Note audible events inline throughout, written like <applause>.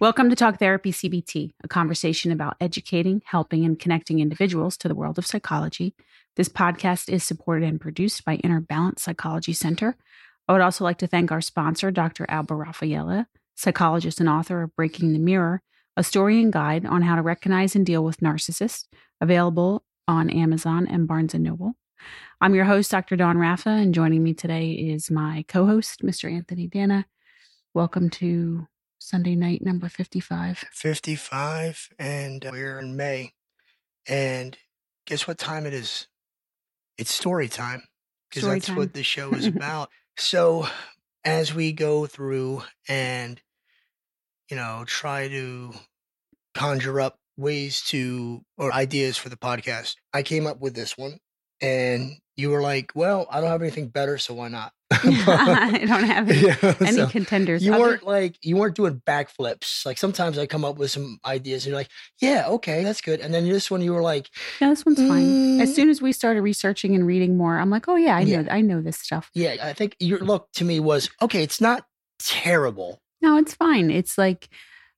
Welcome to Talk Therapy CBT, a conversation about educating, helping, and connecting individuals to the world of psychology. This podcast is supported and produced by Inner Balance Psychology Center. I would also like to thank our sponsor, Dr. Alba Raffaella, psychologist and author of Breaking the Mirror, a story and guide on how to recognize and deal with narcissists, available on Amazon and Barnes & Noble. I'm your host, Dr. Don Raffa, and joining me today is my co-host, Mr. Anthony Dana. Welcome to Sunday night number <laughs> 55. 55, and uh, we're in May. And guess what time it is? It's story time because Story that's time. what the show <laughs> is about. so, as we go through and, you know, try to conjure up ways to or ideas for the podcast, I came up with this one. And you were like, well, I don't have anything better, so why not? <laughs> <laughs> I don't have any, Yeah, any so- contenders. you other- weren't like you weren't doing backflips. Like sometimes I come up with some ideas and you're like, yeah, okay, that's good. And then this one you were like, No, this one's fine. As Mm. soon as we started researching and reading more, I'm like, oh yeah, I know, I know this stuff. yeah, I think your look to me was okay. It's not terrible. No, it's fine. It's like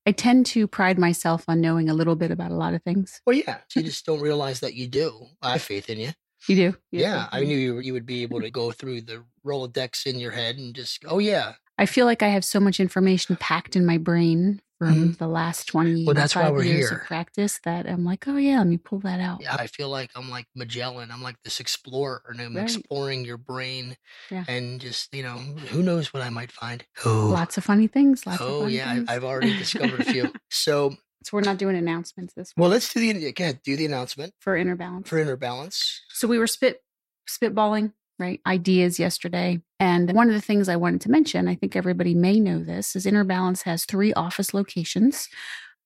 I tend to pride myself on knowing a little bit about a lot of things. Well, yeah, <laughs> you just don't realize that you do. I have faith in you. You do, Yeah, I do. knew you you would be able to go through the rolodex in your head and just, oh yeah. I feel like I have so much information packed in my brain from Mhm. the last 20 Well, that's why we're years here. of practice that I'm like, oh yeah, let me pull that out. I feel like I'm like Magellan. I'm like this explorer, and I'm Right. exploring your brain, Yeah. and just you know, who knows what I might find. Oh, Lots of funny things. Lots of oh fun yeah, things. I, I've already discovered <laughs> a few. So so we're not doing announcements this Well, let's do the go ahead, do the announcement for inner balance. for inner balance. So we were spit spitballing, right? Ideas yesterday. And one of the things I wanted to mention, I think everybody may know this, is Inner Balance has three office locations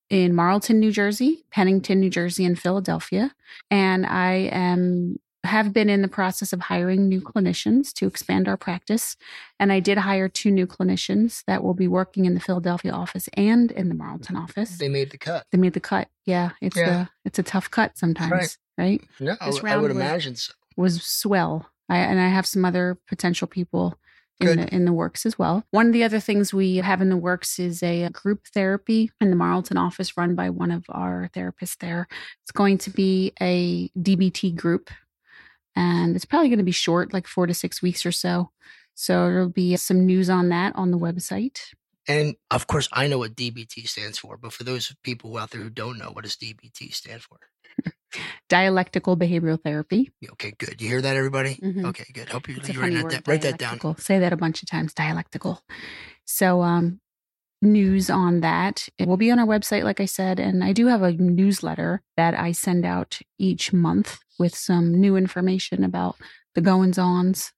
in Marlton, New Jersey, Pennington, New Jersey, and Philadelphia. And I am have been in the process of hiring new clinicians to expand our practice. And I did hire two new clinicians that will be working in the Philadelphia office and in the Marlton office. They, They made the cut. made the cut. Yeah. It's Yeah. a it's a tough cut sometimes, right? No, I This would- I round would was- imagine so. was swell. I, and I have some other potential people in Good. the, in the works as well. One of the other things we have in the works is a group therapy in the Marlton office run by one of our therapists there. It's going to be a DBT group and it's probably going to be short, like four to six weeks or so. So there'll be some news on that on the website. And of course, I know what DBT stands for, but for those people out there who don't know, what does DBT stand for? Dialectical behavioral therapy. Okay, good. You hear that, everybody? Mhm. Okay, good. Hope you, It's a you funny write, that, word, down- write that <laughs> down. dialectical. Say that a bunch of times, dialectical. So, um, news on that. It will be on our website, like I said. And I do have a newsletter that I send out each month with some new information about the goings ons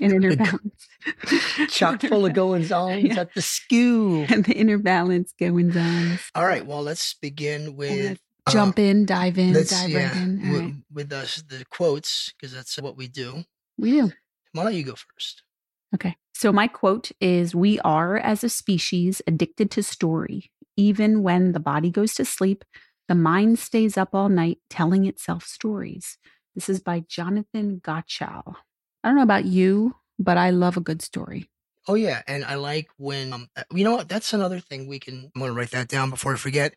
and inner <laughs> The go- balance. Chock full of goings on Yeah. at the skew. <laughs> and the inner balance goings ons. All right, well, let's begin with. uh, Jump in, dive in, let's- dive right yeah, in. All wi- right. with us, the quotes, because that's what we do. We do. Why don't you go first? Okay. So my quote is We are, as a species, addicted to story. Even when the body goes to sleep, the mind stays up all night telling itself stories. This is by Jonathan Gottschall. I don't know about you, but I love a good story. Oh yeah, and I like when um, uh, you know what? That's another thing we can. I'm gonna write that down before I forget.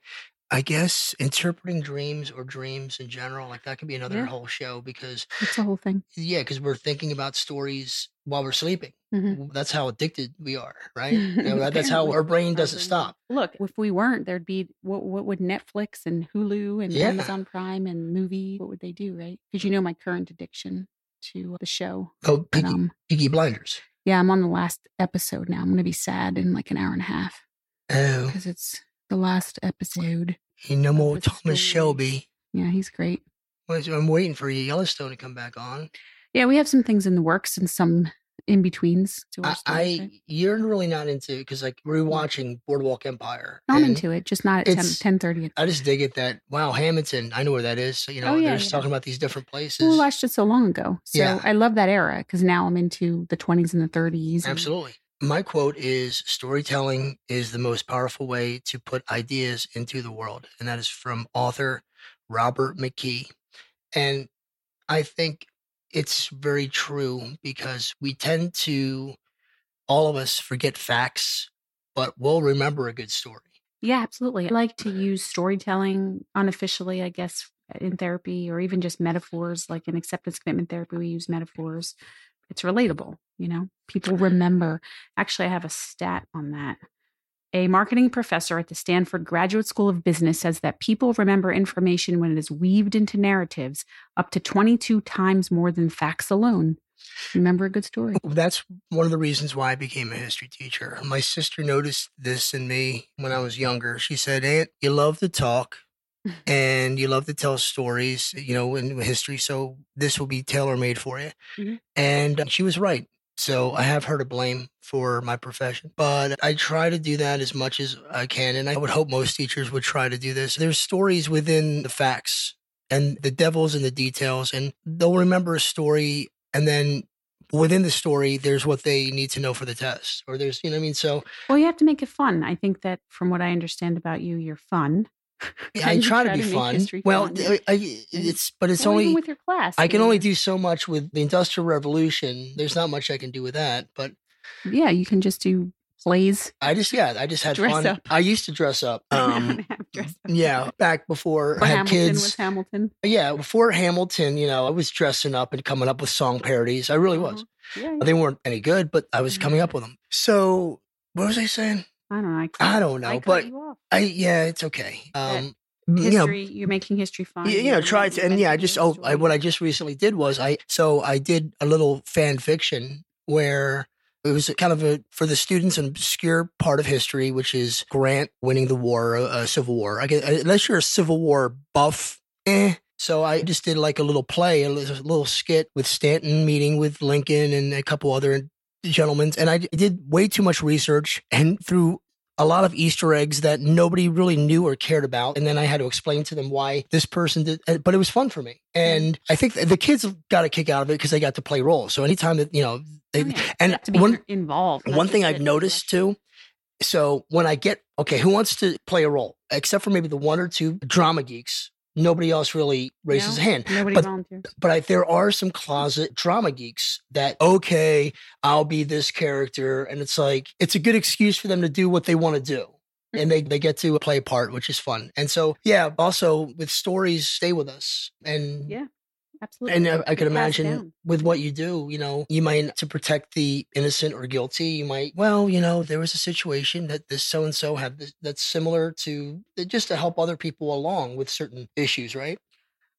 I guess interpreting dreams or dreams in general, like that could be another Yeah. whole show because It's the whole thing. yeah, because we're thinking about stories while we're sleeping. Mhm. W- That's how addicted we are, right? You know, that- that's how Apparently. our brain doesn't stop. Look, if we weren't, there'd be what, what would Netflix and Hulu and Yeah. Amazon Prime and movie, what would they do, right? Because you know my current addiction to the show. Oh, But, Peaky, um, Peaky Blinders. Yeah, I'm on the last episode now. I'm going to be sad in like an hour and a half Oh, because it's the last episode. you no more the Thomas story. Shelby. Yeah, he's great. Wait, so I'm waiting for Yellowstone to come back on. Yeah, we have some things in the works and some in betweens. to our I, stories, I right? you're really not into because like rewatching Boardwalk Empire. I'm and- into it, just not at 10, it's- 10 30. I just dig it that wow, Hamilton, I know where that is. So, you know, Oh, yeah, they're just yeah. talking about these different places. We watched it so long ago. So Yeah. I love that era because now I'm into the 20s and the 30s. and- Absolutely. My quote is storytelling is the most powerful way to put ideas into the world. And that is from author Robert McKee. And I think it's very true because we tend to, all of us, forget facts, but we'll remember a good story. Yeah, absolutely. I like to use storytelling unofficially, I guess, in therapy or even just metaphors. Like in acceptance commitment therapy, we use metaphors. It's relatable, you know, people Mm-hmm. remember. Actually, I have a stat on that. A marketing professor at the Stanford Graduate School of Business says that people remember information when it is weaved into narratives up to 22 times more than facts alone. Remember a good story. That's one of the reasons why I became a history teacher. My sister noticed this in me when I was younger. She said, Aunt, you love to talk and you love to tell stories, you know, in history. So this will be tailor made for you. Mhm. And uh, she was right. So I have her to blame for my profession, but I try to do that as much as I can. And I would hope most teachers would try to do this. There's stories within the facts and the devil's in the details, and they'll remember a story. And then within the story, there's what they need to know for the test, or there's, you know what I mean? So Well, you have to make it fun. I think that from what I understand about you, you're fun. yeah, I You try to try be to make fun. history Well, fun. I, I- it's, but it's Well, only. even with your class. I can mean, only do so much with the Industrial Revolution. There's not much I can do with that, but Yeah, you can just do plays. <laughs> I just, yeah, I just had Dress fun. up. I used to dress <laughs> up. Um, Dress up. yeah, <laughs> back before Or I had Hamilton kids. was Hamilton. yeah, before Hamilton, you know, I was dressing up and coming up with song parodies. I really was. Yeah, yeah. They weren't any good, but I was Mm-hmm. coming up with them. So, what was I saying? I don't know. I, cut- I don't I know, cut but you off. I, yeah, it's okay. That Um, you know, history, you're making history fun. Yeah, you know, You're try making to, and yeah, I it just a oh, I, story. what I just recently did was I so I did a little fan fiction where it was kind of a for the students an obscure part of history, which is Grant winning the war, uh, Civil War. I guess, unless you're a Civil War buff, eh. So I just did like a little play, a little a little skit with Stanton meeting with Lincoln and a couple other gentlemen, and I did way too much research and through a lot of Easter eggs that nobody really knew or cared about. And then I had to explain to them why this person did, uh, but it was fun for me. Mm-hmm. And I think th- the kids got a kick out of it because they got to play roles. So anytime that, you know, they, Oh, yeah. You and have to be one, in- involved. not one just thing sit I've and noticed watch. too. So when I get, okay, who wants to play a role? Except for maybe the one or two drama geeks. Nobody else really raises No? a hand Nobody but- volunteers. but I, there are some closet drama geeks that okay i'll be this character and it's like it's a good excuse for them to do what they want to do Mm. and they, they get to play a part which is fun and so yeah also with stories stay with us and Yeah, absolutely. and uh, I, I could You pass it imagine down. with what you do, you know, you might to protect the innocent or guilty. You might, well, you know, there was a situation that this so and so had this, that's similar to just to help other people along with certain issues, right?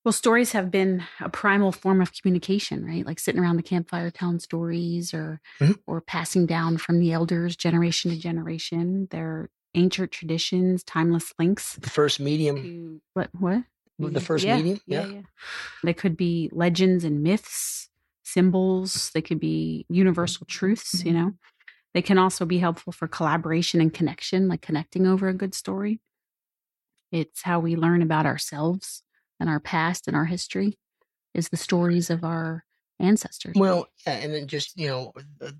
Well, stories have been a primal form of communication, right? Like sitting around the campfire telling stories or Mhm. or passing down from the elders generation to generation. They're ancient traditions, timeless links The first medium to what what? Mm. the first Mm, yeah, medium. Yeah, yeah. They could be legends and myths, symbols, they could be universal truths, Mm-hmm. you know. They can also be helpful for collaboration and connection, like connecting over a good story. It's how we learn about ourselves and our past and our history is the stories of our ancestors. Well, yeah, and then just you know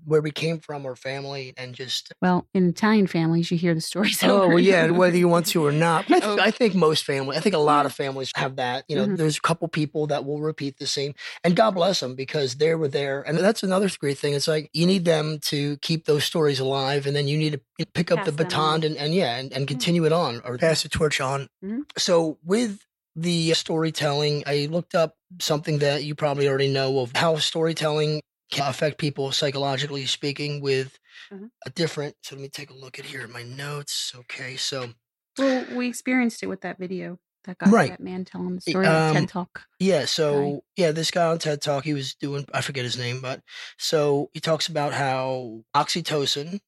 where we came from, our family, and just Well, in Italian families, you hear the stories. <laughs> oh over well, and yeah, over. whether you want <laughs> to or not. But I, think, Oh. I think most family, I think a lot of families have that. You know, Mhm. there's a couple people that will repeat the same, and God bless them because they were there. And that's another great thing. It's like you need them to keep those stories alive, and then you need to pick up the Pass them baton on. Hmm. and, and yeah, and, and continue it on or pass the torch on. Mhm. So with the uh, storytelling, I looked up something that you probably already know of how storytelling can affect people psychologically speaking with Mhm. a different so let me take a look at here at my notes okay so Well, we experienced it with that video that got Right. that man telling the Y- story on um, TED Talk. yeah so yeah this guy on ted talk he was doing i forget his name but so he talks about how oxytocin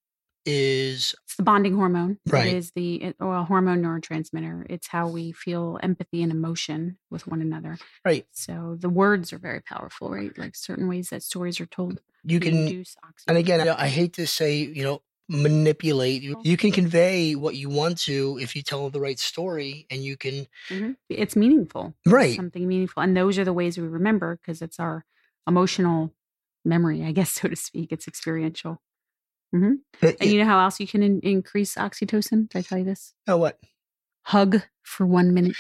is It's the bonding hormone. Right. It is the it, well, hormone neurotransmitter. It's how we feel empathy and emotion with one another. Right. So the words are very powerful, right? Like certain ways that stories are told. you they can induce oxytocin. and again i I hate to say you know manipulate you, you can convey what you want to if you tell the right story and you can Mhm. it's meaningful. right something meaningful. And those are the ways we remember because it's our emotional memory, I guess, <laughs> so to speak. It's experiential. but And you you know how else you can in- increase oxytocin? Did I tell you this? know oh, what Hug for one minute.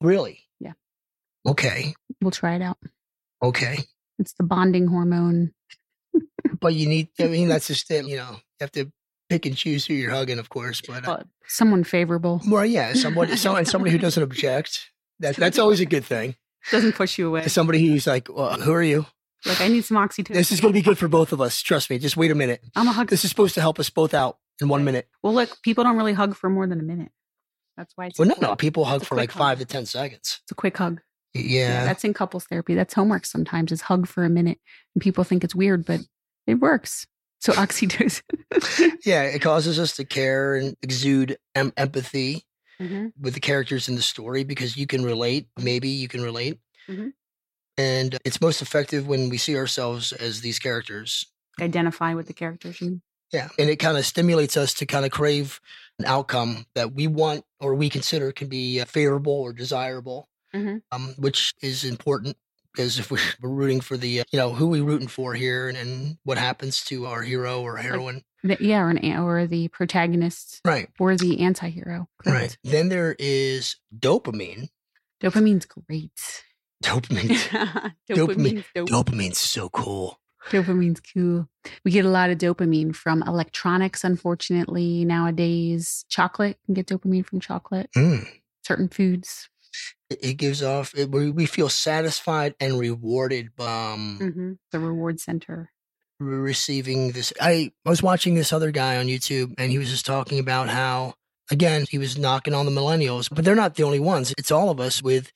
really Yeah. okay We'll try it out. okay It's the bonding hormone. but you need i mean that's just it you know you have to pick and choose who you're hugging, of course, but uh, Well, someone favorable well, yeah, somebody, so, and somebody who doesn't object. That, that's always a good thing. doesn't push you away. Somebody who's like, well, who are you? Like I need some oxytocin. This is going to be good for both of us. Trust me. Just wait a minute. I'm a hugger. This is supposed to help us both out in one minute. well, look, people don't really hug for more than a minute. That's why it's Well, no, important. no. People hug It's a for like quick hug. five to 10 seconds. It's a quick hug. Yeah, Yeah. that's in couples therapy. That's homework sometimes is hug for a minute. And people think it's weird, but it works. <laughs> So oxytocin. Yeah. It causes us to care and exude em- empathy Mhm. with the characters in the story because you can relate. Maybe you can relate. Mhm. And it's most effective when we see ourselves as these characters. Identify with the characters. you- Yeah. And it kind of stimulates us to kind of crave an outcome that we want or we consider can be uh, favorable or desirable, Mhm. um, which is important because if <laughs> we're rooting for the, uh, you know, who we rooting for here and, and what happens to our hero or heroine. The- yeah, or, an, a- or the protagonist Right. or the anti-hero. Right. <clears throat> Then there is dopamine. <laughs> Dopamine's great. <laughs> Dopamine. Dopamine's dope. Dopamine's so cool. Dopamine's cool. We get a lot of dopamine from electronics, unfortunately, nowadays. Chocolate you can get dopamine from chocolate, Mm. certain foods. It, it gives off, it, we, we feel satisfied and rewarded by um, The reward center. were receiving this I, I was watching this other guy on youtube and he was just talking about how again he was knocking on the millennials but they're not the only ones it's all of us with,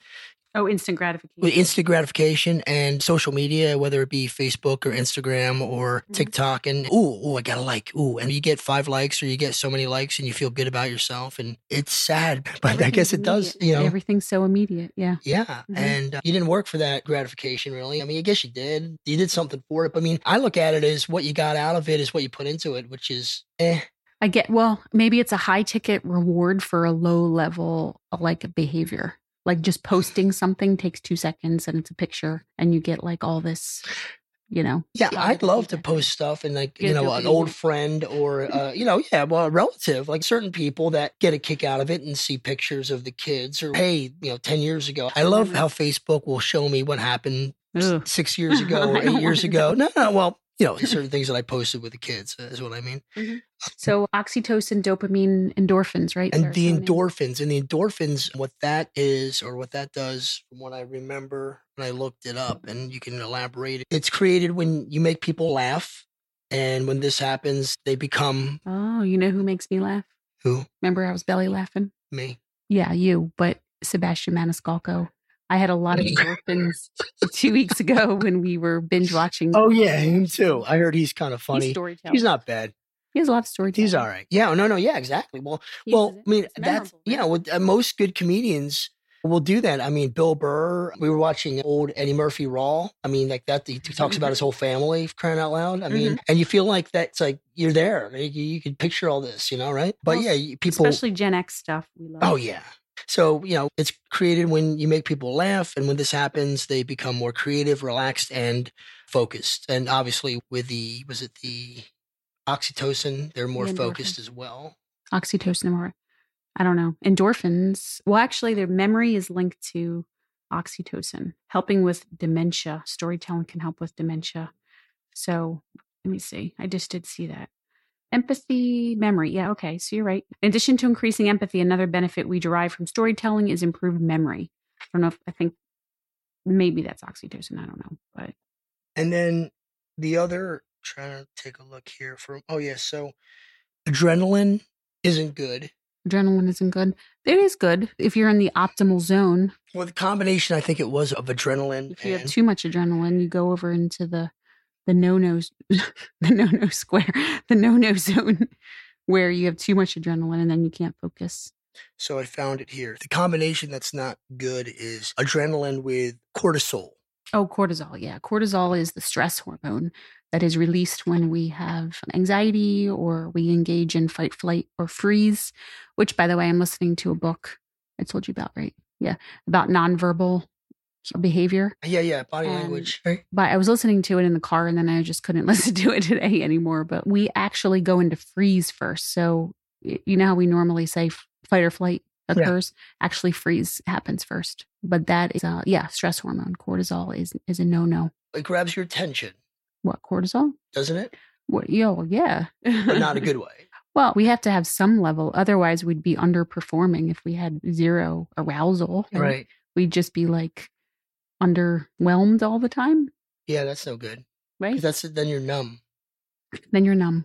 Oh, instant gratification. with instant gratification and social media whether it be facebook or instagram or Mhm. tiktok and ooh, ooh i got a like ooh and you get five likes or you get so many likes and you feel good about yourself and it's sad <laughs> but i guess it Everything's does you immediate. know everything's so immediate. Yeah. yeah. Mhm. And uh, you didn't work for that gratification, really. I mean, I guess you did. You did something for it. But I mean, I look at it as what you got out of it is what you put into it, which is, eh. I get, well, maybe it's a high ticket reward for a low level like behavior. Like just posting something takes two seconds and it's a picture and you get like all this, you know. Yeah, Yeah, I'd love to yeah. post stuff and, like, Yeah, you know, an dopamine. old friend <laughs> or, uh, you know, yeah, well, a relative, like certain people that get a kick out of it and see pictures of the kids or, hey, you know, 10 years ago. I love Mhm. how Facebook will show me what happened s- Ugh. six years ago I or don't <laughs> eight years wanna ago. No, no, well, you know, certain things that I posted with the kids uh, is what I mean. So oxytocin, dopamine, endorphins, right? and the Serotonin. endorphins and the endorphins what that is or what that does from what i remember when i looked it up and you can elaborate it. it's created when you make people laugh and when this happens they become Oh, you know who makes me laugh? who Remember I was belly laughing? me Yeah, you, but Sebastian Maniscalco. I had a lot <laughs> of endorphins two weeks ago when we were binge watching. oh yeah him too i heard he's kind of He's funny storytelling. he's not bad He has a lot of storytelling. he's all right yeah no no yeah exactly well He well, uses I it. mean, It's that's memorable, yeah. right? With, uh, most good comedians will do that. I mean, Bill Burr. We were watching old Eddie Murphy Raw. I mean, like that. He Mm-hmm. talks about his whole family for crying out loud. I mean, and you feel like that's like you're there. Like, you, you can picture all this, you know, right? But Well, yeah, you- people. especially Gen X stuff. We love. Oh yeah. So you know, it's created when you make people laugh, and when this happens, they become more creative, relaxed, and focused. And obviously, with the was it the oxytocin, they're more The endorphin. focused as well. oxytocin or I don't know endorphins. Well, actually, their memory is linked to oxytocin, helping with dementia. Storytelling can help with dementia. So let me see. I just did see that. Empathy, memory. Yeah, okay. So you're right. In addition to increasing empathy, another benefit we derive from storytelling is improved memory. I don't know if I think maybe that's oxytocin. I don't know, but And then the other, trying to take a look here for, oh, yeah. So adrenaline isn't good. adrenaline isn't good. It is good if you're in the optimal zone Well, the combination, I think it was of adrenaline if you have and too much adrenaline, you go over into the the no no <laughs> the no no square, <laughs> the no no zone, <laughs> where you have too much adrenaline and then you can't focus. so I found it here. The combination that's not good is adrenaline with cortisol. Oh, cortisol. Yeah, cortisol is the stress hormone that is released when we have anxiety or we engage in fight, flight, or freeze. Which, by the way, I'm listening to a book I told you about, right? Yeah, about nonverbal behavior. Yeah, yeah, body And- language. Right? but I was listening to it in the car and then I just couldn't <laughs> listen to it today anymore. But we actually go into freeze first. So y- you know how we normally say f- fight or flight Yeah. occurs? Actually, freeze happens first. But that is, uh, yeah, stress hormone. Cortisol is is a no no. It grabs your attention, What cortisol? doesn't it? What? Yo, yeah. <laughs> But not a good way. Well, we have to have some level. Otherwise, we'd be underperforming if we had zero arousal. and Right. We'd just be like underwhelmed all the time, Yeah, that's no good. 'Cause right? That's then you're numb. then you're numb.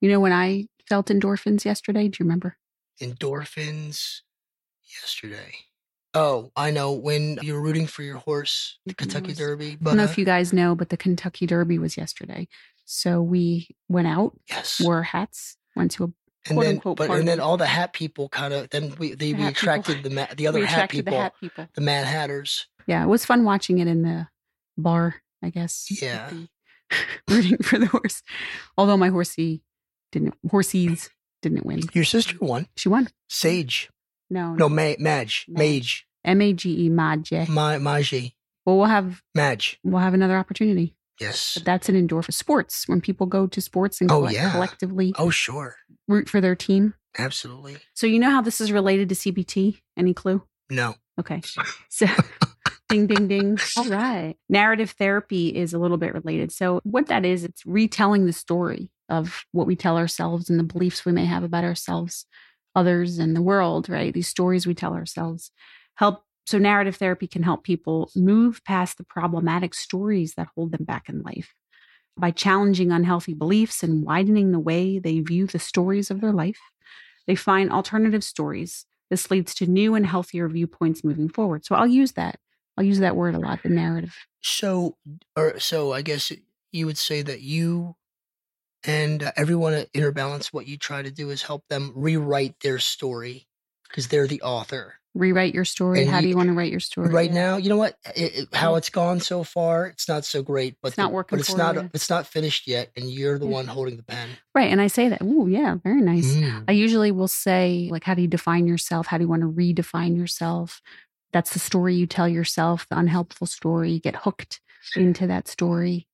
You know, when I felt endorphins yesterday, do you remember? Endorphins. Yesterday. Oh, I know when you're rooting for your horse, the Mhm, Kentucky was- Derby. I But don't know if you guys know, but the Kentucky Derby was yesterday. So we went out, yes, wore hats, went to a and quote then unquote but party. and then all the hat people kind of then we they The we hat people. attracted the ma- the other we hat attracted people, the the, hat people. Mad Hatters. Yeah, it was fun watching it in the bar, I guess. with Yeah. the- <laughs> rooting for the horse. Although my horsey didn't horsies didn't win. Your sister won. She won. Sage. No. No, Ma- Madge. Madge. Mage. M A G E Maje. Ma- Maji. Well we'll have Madge. we'll have another opportunity. Yes. But that's an endorphin sports. When people go to sports and Oh, collect- yeah. collectively Oh, sure. root for their team. Absolutely. So you know how this is related to CBT? Any clue? No. Okay. So <laughs> ding ding ding. All right. Narrative therapy is a little bit related. So what that is, it's retelling the story of what we tell ourselves and the beliefs we may have about ourselves, others and the world, right? These stories we tell ourselves help so narrative therapy can help people move past the problematic stories that hold them back in life by challenging unhealthy beliefs and widening the way they view the stories of their life. They find alternative stories this leads to new and healthier viewpoints moving forward. So I'll use that. I'll use that word a lot, the narrative. So, or so I guess you would say that you and uh, everyone at Inner Balance, what you try to do is help them rewrite their story because they're the author. Rewrite your story. And How do you- you want to write your story? Right Yeah. now, you know what? It, it- how it's gone so far, it's not so great, but Mm-hmm. It's not the- working But it's for not. you. It's not finished yet, and you're the Yeah. one holding the pen. Right. And I say that. Ooh, yeah, very nice. Mm. I usually will say, like, how do you define yourself? How do you want to redefine yourself? That's the story you tell yourself, the unhelpful story. You get hooked into that story.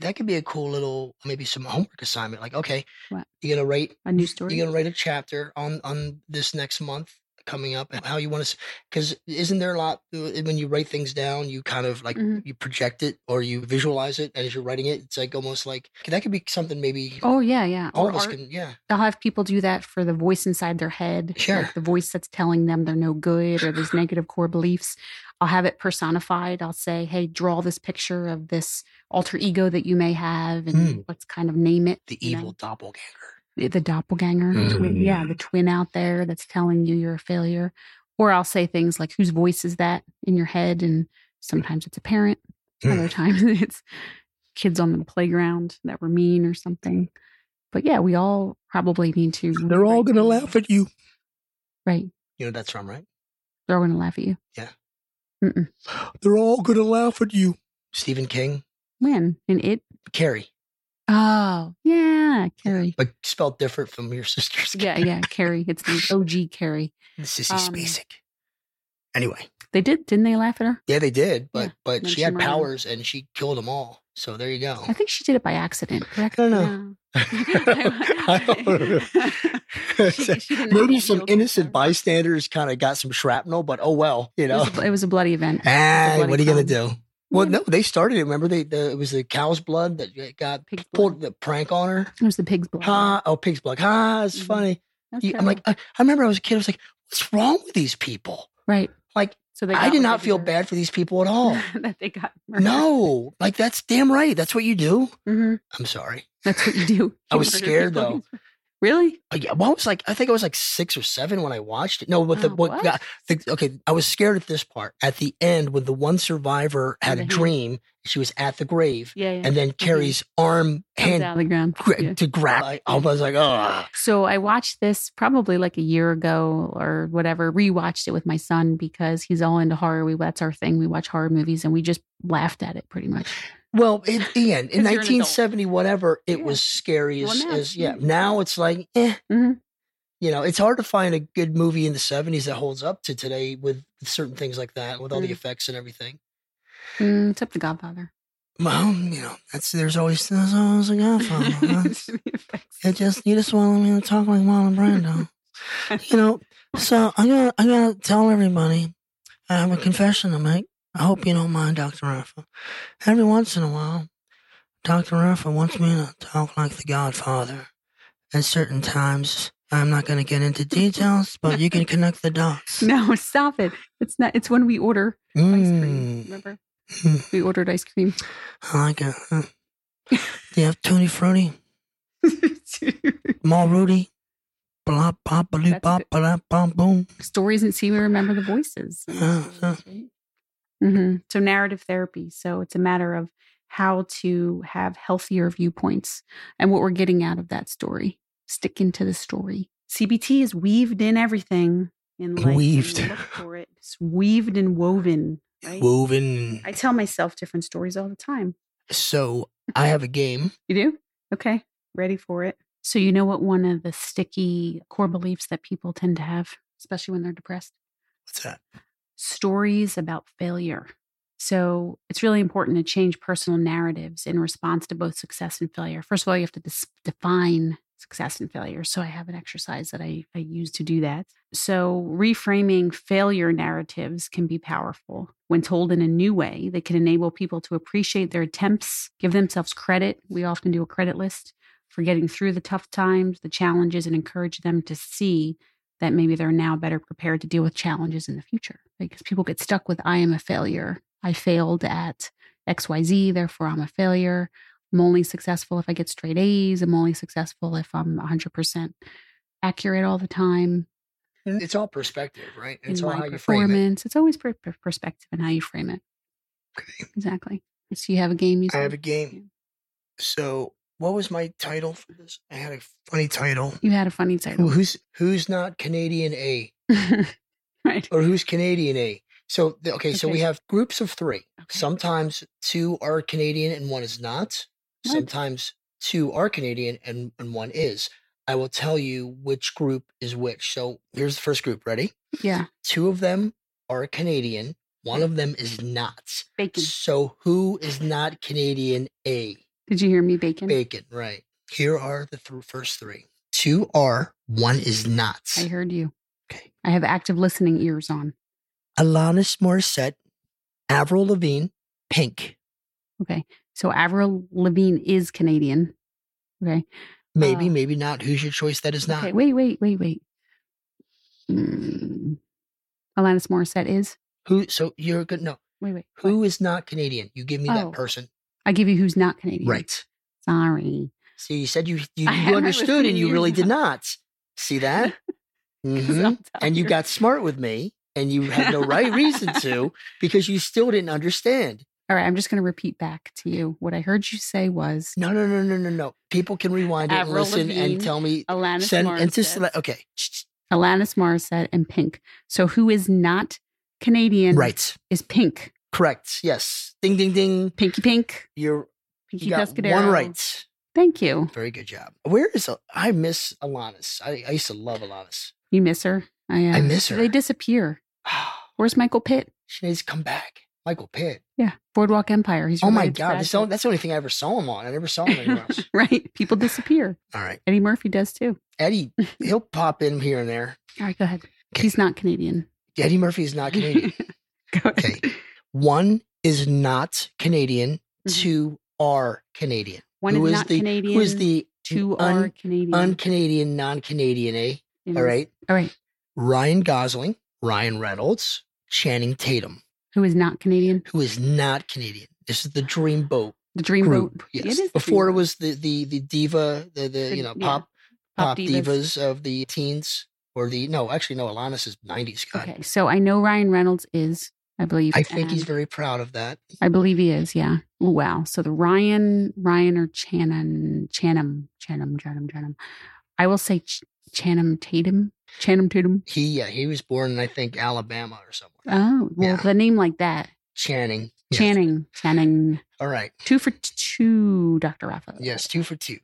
That could be a cool little, maybe some homework assignment. Like, okay, What? you're gonna write A new story. You're gonna write a chapter on on this next month coming up, and how you want to. Because isn't there a lot uh, when you write things down, you kind of like Mhm. you project it or you visualize it, and as you're writing it, it's like almost like that could be something maybe oh, yeah, yeah. all Or of us art. can. Yeah, I'll have people do that for the voice inside their head, Sure. like the voice that's telling them they're no good or these negative core beliefs. I'll have it personified. I'll say, "Hey, draw this picture of this alter ego that you may have, and Mm. let's kind of name it." the you know? evil doppelganger. the, the doppelganger, the twin, Mm. yeah, the twin out there that's telling you you're a failure. Or I'll say things like, "Whose voice is that in your head?" And sometimes it's a parent, Mm. other times <laughs> it's kids on the playground that were mean or something. But yeah, we all probably need to. rewrite things. at you. Right. You know that's from right. They're all going to laugh at you. They're all gonna laugh at you. Stephen King, When? And it? Carrie, Oh, yeah. Carrie. but spelled different from your <laughs> sister's. Yeah, yeah. Carrie. It's the OG Carrie. Sissy Um, Spacek. Anyway. They did, didn't they laugh at her? Yeah, they did, but Yeah, but then she she had murdered him. powers and she killed them all. So there you go. I think she did it by accident, correct? I don't know. No. I don't know. <laughs> <laughs> She- she didn't <laughs> Maybe have some shield innocent powers. bystanders kind of got some shrapnel, but oh well, you It know. was, a, it was a bloody event. Ah, bloody what are you gonna do? crime. Well, Yeah. no, they started it. Remember, they the, it was the cow's blood that got Pig's pulled blood. the prank on her. It was the pig's blood. Ha! Oh, pig's blood. Ha! It's Mhm. funny. That's You- I'm terrible. like, I, I remember I was a kid. I was like, what's wrong with these people? right. Like, So they I got did what not they feel deserved. bad for these people <laughs> at all. that they got murdered. no, like that's damn right. That's what you do. hmm I'm sorry. That's what you <laughs> do. I You was murder scared, people. <laughs> Really? Uh, Yeah, well, I was like, I think I was like six or seven when I watched it. No, but the Oh, what, what? got- the, okay, I was scared at this part at the end when the one survivor had the a hand. dream. She was at the grave, Yeah, yeah. and then Carrie's arm Comes hand out of the ground. gra- Yeah. to grab. I, I was like, oh, So I watched this probably like a year ago or whatever, rewatched it with my son because he's all into horror. We that's our thing. We watch horror movies and we just laughed at it pretty much. well, it, Ian, you're in an adult. 1970 whatever, it Yeah. was scary Well, as, now as it's- yeah. Now it's like, eh. Mhm. You know, it's hard to find a good movie in the 70s that holds up to today with certain things like that, with all the Mm. effects and everything. Mm, except The Godfather. <laughs> Well, you know, that's there's always there's always a godfather. <laughs> That's- The effects. It just you just want me to talk like Marlon Brando. you know, so I gotta I gotta tell everybody I have a confession to make. I hope you don't mind, Doctor Rafa. Every once in a while, Doctor Rafa wants me to talk like the Godfather. at certain times. I'm not going to get into details, but you can connect <laughs> the dots. No, stop it. It's not. It's when we order ice cream. Mm, Remember, Mm. we ordered ice cream. <laughs> I like it. Huh. Do you have Tutti Frutti? More Rudy? Blah, blah, blah, That's blah, good. blah, blah, boom. Stories and see we remember the voices. Yeah, yeah. hmm So narrative therapy. So it's a matter of how to have healthier viewpoints and what we're getting out of that story. Stick into the story. CBT is weaved in everything in life. when you Weaved. look for it. It's weaved and woven. Right? Woven. I tell myself different stories all the time. So I have a game. You do? Okay. Ready for it. So, you know what one of the sticky core beliefs that people tend to have, especially when they're depressed? What's that? Stories about failure. So, it's really important to change personal narratives in response to both success and failure. First of all, you have to dis- define success and failure. So, I have an exercise that I, I use to do that. So, reframing failure narratives can be powerful. When told in a new way, they can enable people to appreciate their attempts, give themselves credit. We often do a credit list for getting through the tough times, the challenges, and encourage them to see that maybe they're now better prepared to deal with challenges in the future. Because people get stuck with, I am a failure. I failed at XYZ, therefore I'm a failure. I'm only successful if I get straight A's. I'm only successful if I'm 100% accurate all the time It's all perspective, right? It's in all Mm-hmm. my how you frame it. performance. It's always per- per- perspective and how you frame it. Okay. Exactly. So you have a game. You I have a said? game. So what was my title for this? I had a funny title. You had a funny Who, <laughs> title, <laughs> who's who's not Canadian A right? or who's Canadian A? So the- okay, so we Okay. have groups of three. Okay. Sometimes two are Canadian and one is not. What? Sometimes two are Canadian and, and one is. I will tell you which group is which. So here's the first group. Ready? Yeah, Two of them are Canadian. One Mm-hmm. of them is not. bacon. So who is not Canadian A? Did you hear me, bacon? Bacon, right. Here are the th- first three. Two are, one is not. I heard you. Okay. I have active listening ears on. Alanis Morissette, Avril Lavigne, Pink, Okay, so Avril Lavigne is Canadian. Okay. maybe, Uh, maybe not. Who's your choice? That is not. Okay. Wait, wait, wait, wait. Mm. Alanis Morissette is. Who? So you're good. No, Wait, wait. what? who is not Canadian? You give me Oh. that person, I give you who's not Canadian. right? Sorry. <laughs> See, you said you you, I had you my understood, and you listening really ears did <laughs> on. not. See that? 'Cause Mhm. I'm And you tired. got smart with me, and you had no right reason to because you still didn't understand. All right, I'm just going to repeat back to you. What I heard you say was No, no, no, no, no, no. People can rewind it and Avril listen and Lavigne, tell me. Alanis Send Morissette. and just let- oh okay, Alanis Morissette and Pink. So who is not Canadian right, is Pink. correct, yes. Ding, ding, ding. Pinky Pink. You're Pinky you got Pescadero. one right. Thank you. Very good job. Where is Al- I miss Alanis? I, I used to love Alanis. <sighs> You miss her. I, uh, I miss her. They disappear. Where's Michael Pitt? she needs to come back. Michael Pitt. Yeah. Boardwalk Empire. He's Oh my related to God, Brad that's the, only, Pitt. that's the only thing I ever saw him on. I never <laughs> saw him anywhere else. right. People disappear. All right, Eddie Murphy does too. Eddie. He'll pop in here and there. All right, go ahead. Okay. He's not Canadian. Eddie Murphy is not Canadian. Go ahead. Okay. One is not Canadian. Mhm. Two are Canadian. One Who is is not the- Canadian. Who is the two un- are Canadian. un-Canadian, non-Canadian? Eh. Yes. All right. All right. Ryan Gosling, Ryan Reynolds, Channing Tatum, Who is not Canadian? who is not Canadian. This is the Dreamboat The Dream group. Boat. Yes. It is Before Dream it was the the the diva, the the, The- you know yeah. pop pop, divas. divas. of the teens or the no actually no Alanis is nineties guy. Okay, so I know Ryan Reynolds is, I believe. I think he's and- very proud of that. I believe he is. Yeah. Ooh, wow. So the Ryan, Ryan or Channon, Chanum, Chanum, Chanum, Chanum. I will say Ch- Chanum Tatum, Chanum Tatum. He yeah he was born in I think Alabama or somewhere. Oh, well, Yeah. the name like that, Channing. Yes. Channing, Channing. All right. Two for t- two, Doctor Rafa. Yes, two for two.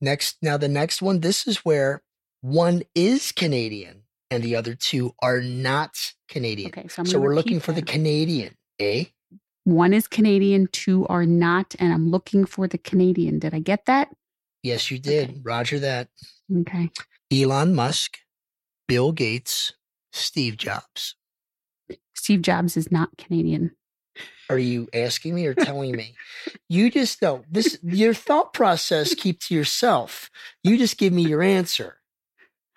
Next, now the next one. This is where one is Canadian and the other two are not Canadian. Okay, so I'm so gonna we're looking repeat for the that. Canadian, eh? One is Canadian, two are not, and I'm looking for the Canadian. Did I get that? Yes, you did. Okay. Roger that. Okay. Elon Musk, Bill Gates, Steve Jobs. Steve Jobs is not Canadian. <laughs> Are you asking me or telling me? You just know this. Your thought process keep to yourself. You just give me your answer.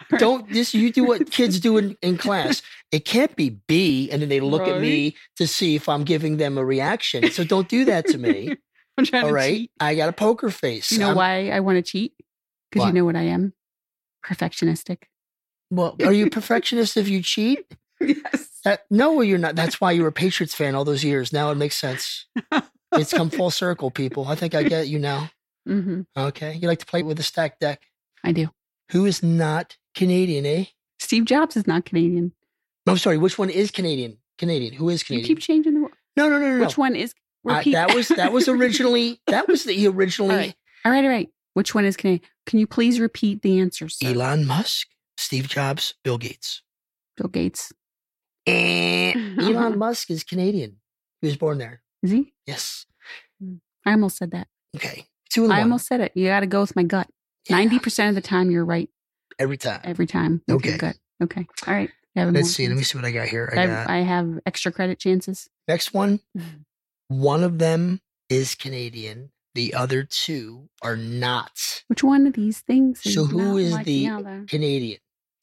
Right. <laughs> Don't this. You do what kids do in, in class. It can't be B, and then they look at Right. me to see if I'm giving them a reaction. So don't do that <laughs> to me. I'm trying All to right, cheat. I got a poker face. You know I'm- why I want to cheat? Because Why? you know what I am? <laughs> Perfectionistic. Well, are you a perfectionist if you cheat? <laughs> Yes. That, no, you're not. That's why you were a Patriots fan all those years. Now it makes sense. It's come full circle, people. I think I get you now. hmm Okay. You like to play with a stack deck. I do. Who is not Canadian, eh? Steve Jobs is not Canadian. I'm sorry. Which one is Canadian? Canadian. Who is You Canadian? keep changing the. no, no, no, no. no. Which one is? Uh, <laughs> Repeat. that was that was originally that was the originally All right. all right, all right. Which one is Canadian? Can you please repeat the answer, sir? Elon Musk, Steve Jobs, Bill Gates. Bill <laughs> Gates. Eh, <laughs> Elon Musk is Canadian. He was born there. Is he? Yes. I almost said that. Okay. Two and I one. almost said it. You got to go with my gut. Yeah. Ninety percent of the time, you're right every time. every time. With Your Okay. gut. Okay. All right. You have Let's more see. Let me chance. see what I got here. I I, got I have extra credit chances. next one. Mhm. One of them is Canadian. The other two are not Which one of these things? So is who not is like the- other? Canadian.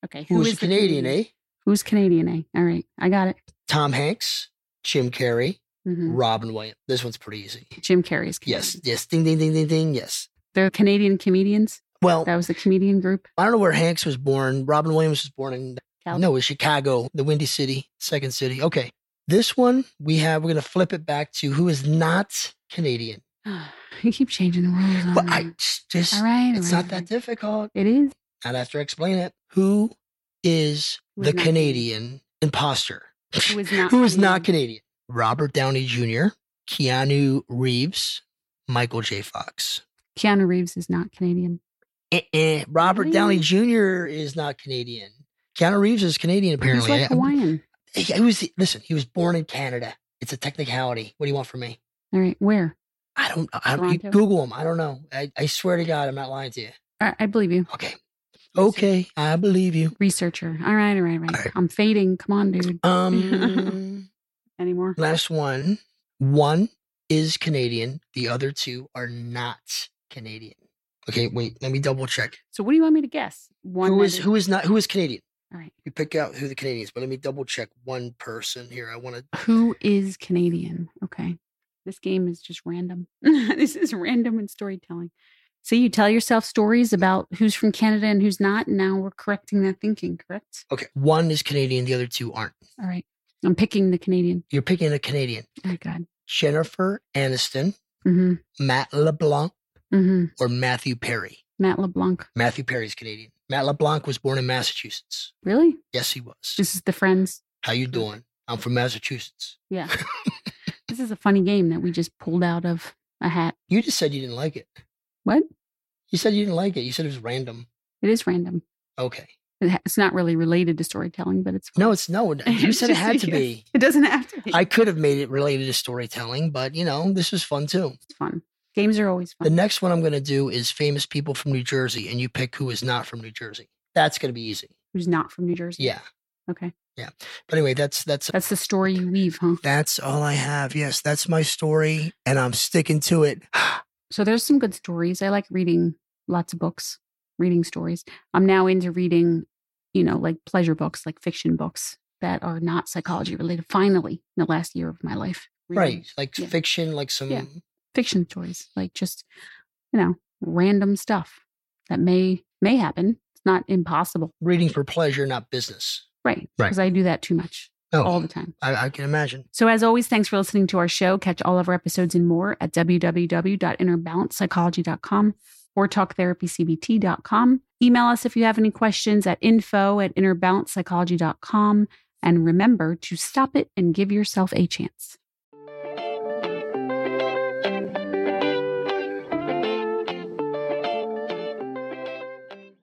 Okay. Who's the Canadian, eh? Who's Canadian? Eh. All right. I got it. Tom Hanks, Jim Carrey, Mhm. Robin Williams. This one's pretty easy. Jim Carrey is Canadian. Yes. Yes. Ding, ding, ding, ding, ding. Yes. They're Canadian comedians. Well, That was the comedian group. I don't know where Hanks was born. Robin Williams was born in Cal- <sighs> No, it's Chicago, the Windy City, second city. Okay. This one we have, we're going to flip it back to who is not Canadian. you keep changing the rules. On But me. Um, I just, all right. all it's right, not all that right. diffically. It is. I'd have to explain it. Who is Who the is not Canadian imposter? Who is not? Who is not Canadian? Robert Downey Jr., Keanu Reeves, Michael J. Fox. Keanu Reeves is not Canadian. Eh-eh. Robert Really? Downey Jr. is not Canadian. Keanu Reeves is Canadian, apparently. He's like I- Hawaiian. He, he was listen. He was born in Canada. It's a technicality. What do you want from me? All right. Where? I don't. I don't you Toronto. Google him. I don't know. I, I swear to God, I'm not lying to you. I, I believe you. Okay. Okay. I believe you. Researcher. All right. All right. All right. All right. I'm fading. Come on, dude. <laughs> Um. Anymore? last one. One is Canadian. The other two are not Canadian. Okay. Wait. Let me double check. So what do you want me to guess? One. Who that is who is not who is Canadian? All right. You pick out who the Canadians. But let me double check one person here. I want to. Who is Canadian? Okay. This game is just random. <laughs> this is random in storytelling. So you tell yourself stories about who's from Canada and who's not. And now we're correcting that thinking, correct? Okay. One is Canadian. The other two aren't. All right. I'm picking the Canadian. You're picking a Canadian. Oh, God. Jennifer Aniston. Mm Matt LeBlanc hmm. Mm hmm. or Matthew Perry. Matt LeBlanc. Matthew Perry's Canadian. Matt LeBlanc was born in Massachusetts. Really? Yes, he was. This is the friends. How you doing? I'm from Massachusetts. Yeah. this is a funny game that we just pulled out of a hat. You just said you didn't like it. What? You said you didn't like it. You said it was random. It is random. Okay. It ha- It's not really related to storytelling, but it's No, it's no. You It's said it just- had to yes. be. It doesn't have to be. I could have made it related to storytelling, but you know, this was fun too. it's fun. Games are always The fun. next one I'm going to do is famous people from New Jersey, and you pick who is not from New Jersey. That's going to be easy. Who's not from New Jersey? Yeah. Okay. But anyway, that's that's That's the story you weave, huh? that's all I have. Yes, that's my story, and I'm sticking to it. <gasps> So there's some good stories. I like reading lots of books, reading stories. I'm now into reading, you know, like pleasure books, like fiction books that are not psychology related. Finally, in the last year of my life. reading right like Yeah. fiction like some Yeah. fiction stories, like just you know random stuff that may may happen. It's not impossible, reading for pleasure not business right? Right. Because I do that too much oh all the time. I, I can imagine So as always, thanks for listening to our show. Catch all of our episodes and more at www.innerbalancepsychology.com or talktherapycbt.com. Email us if you have any questions at info at innerbalancepsychology.com. And remember to stop it and give yourself a chance.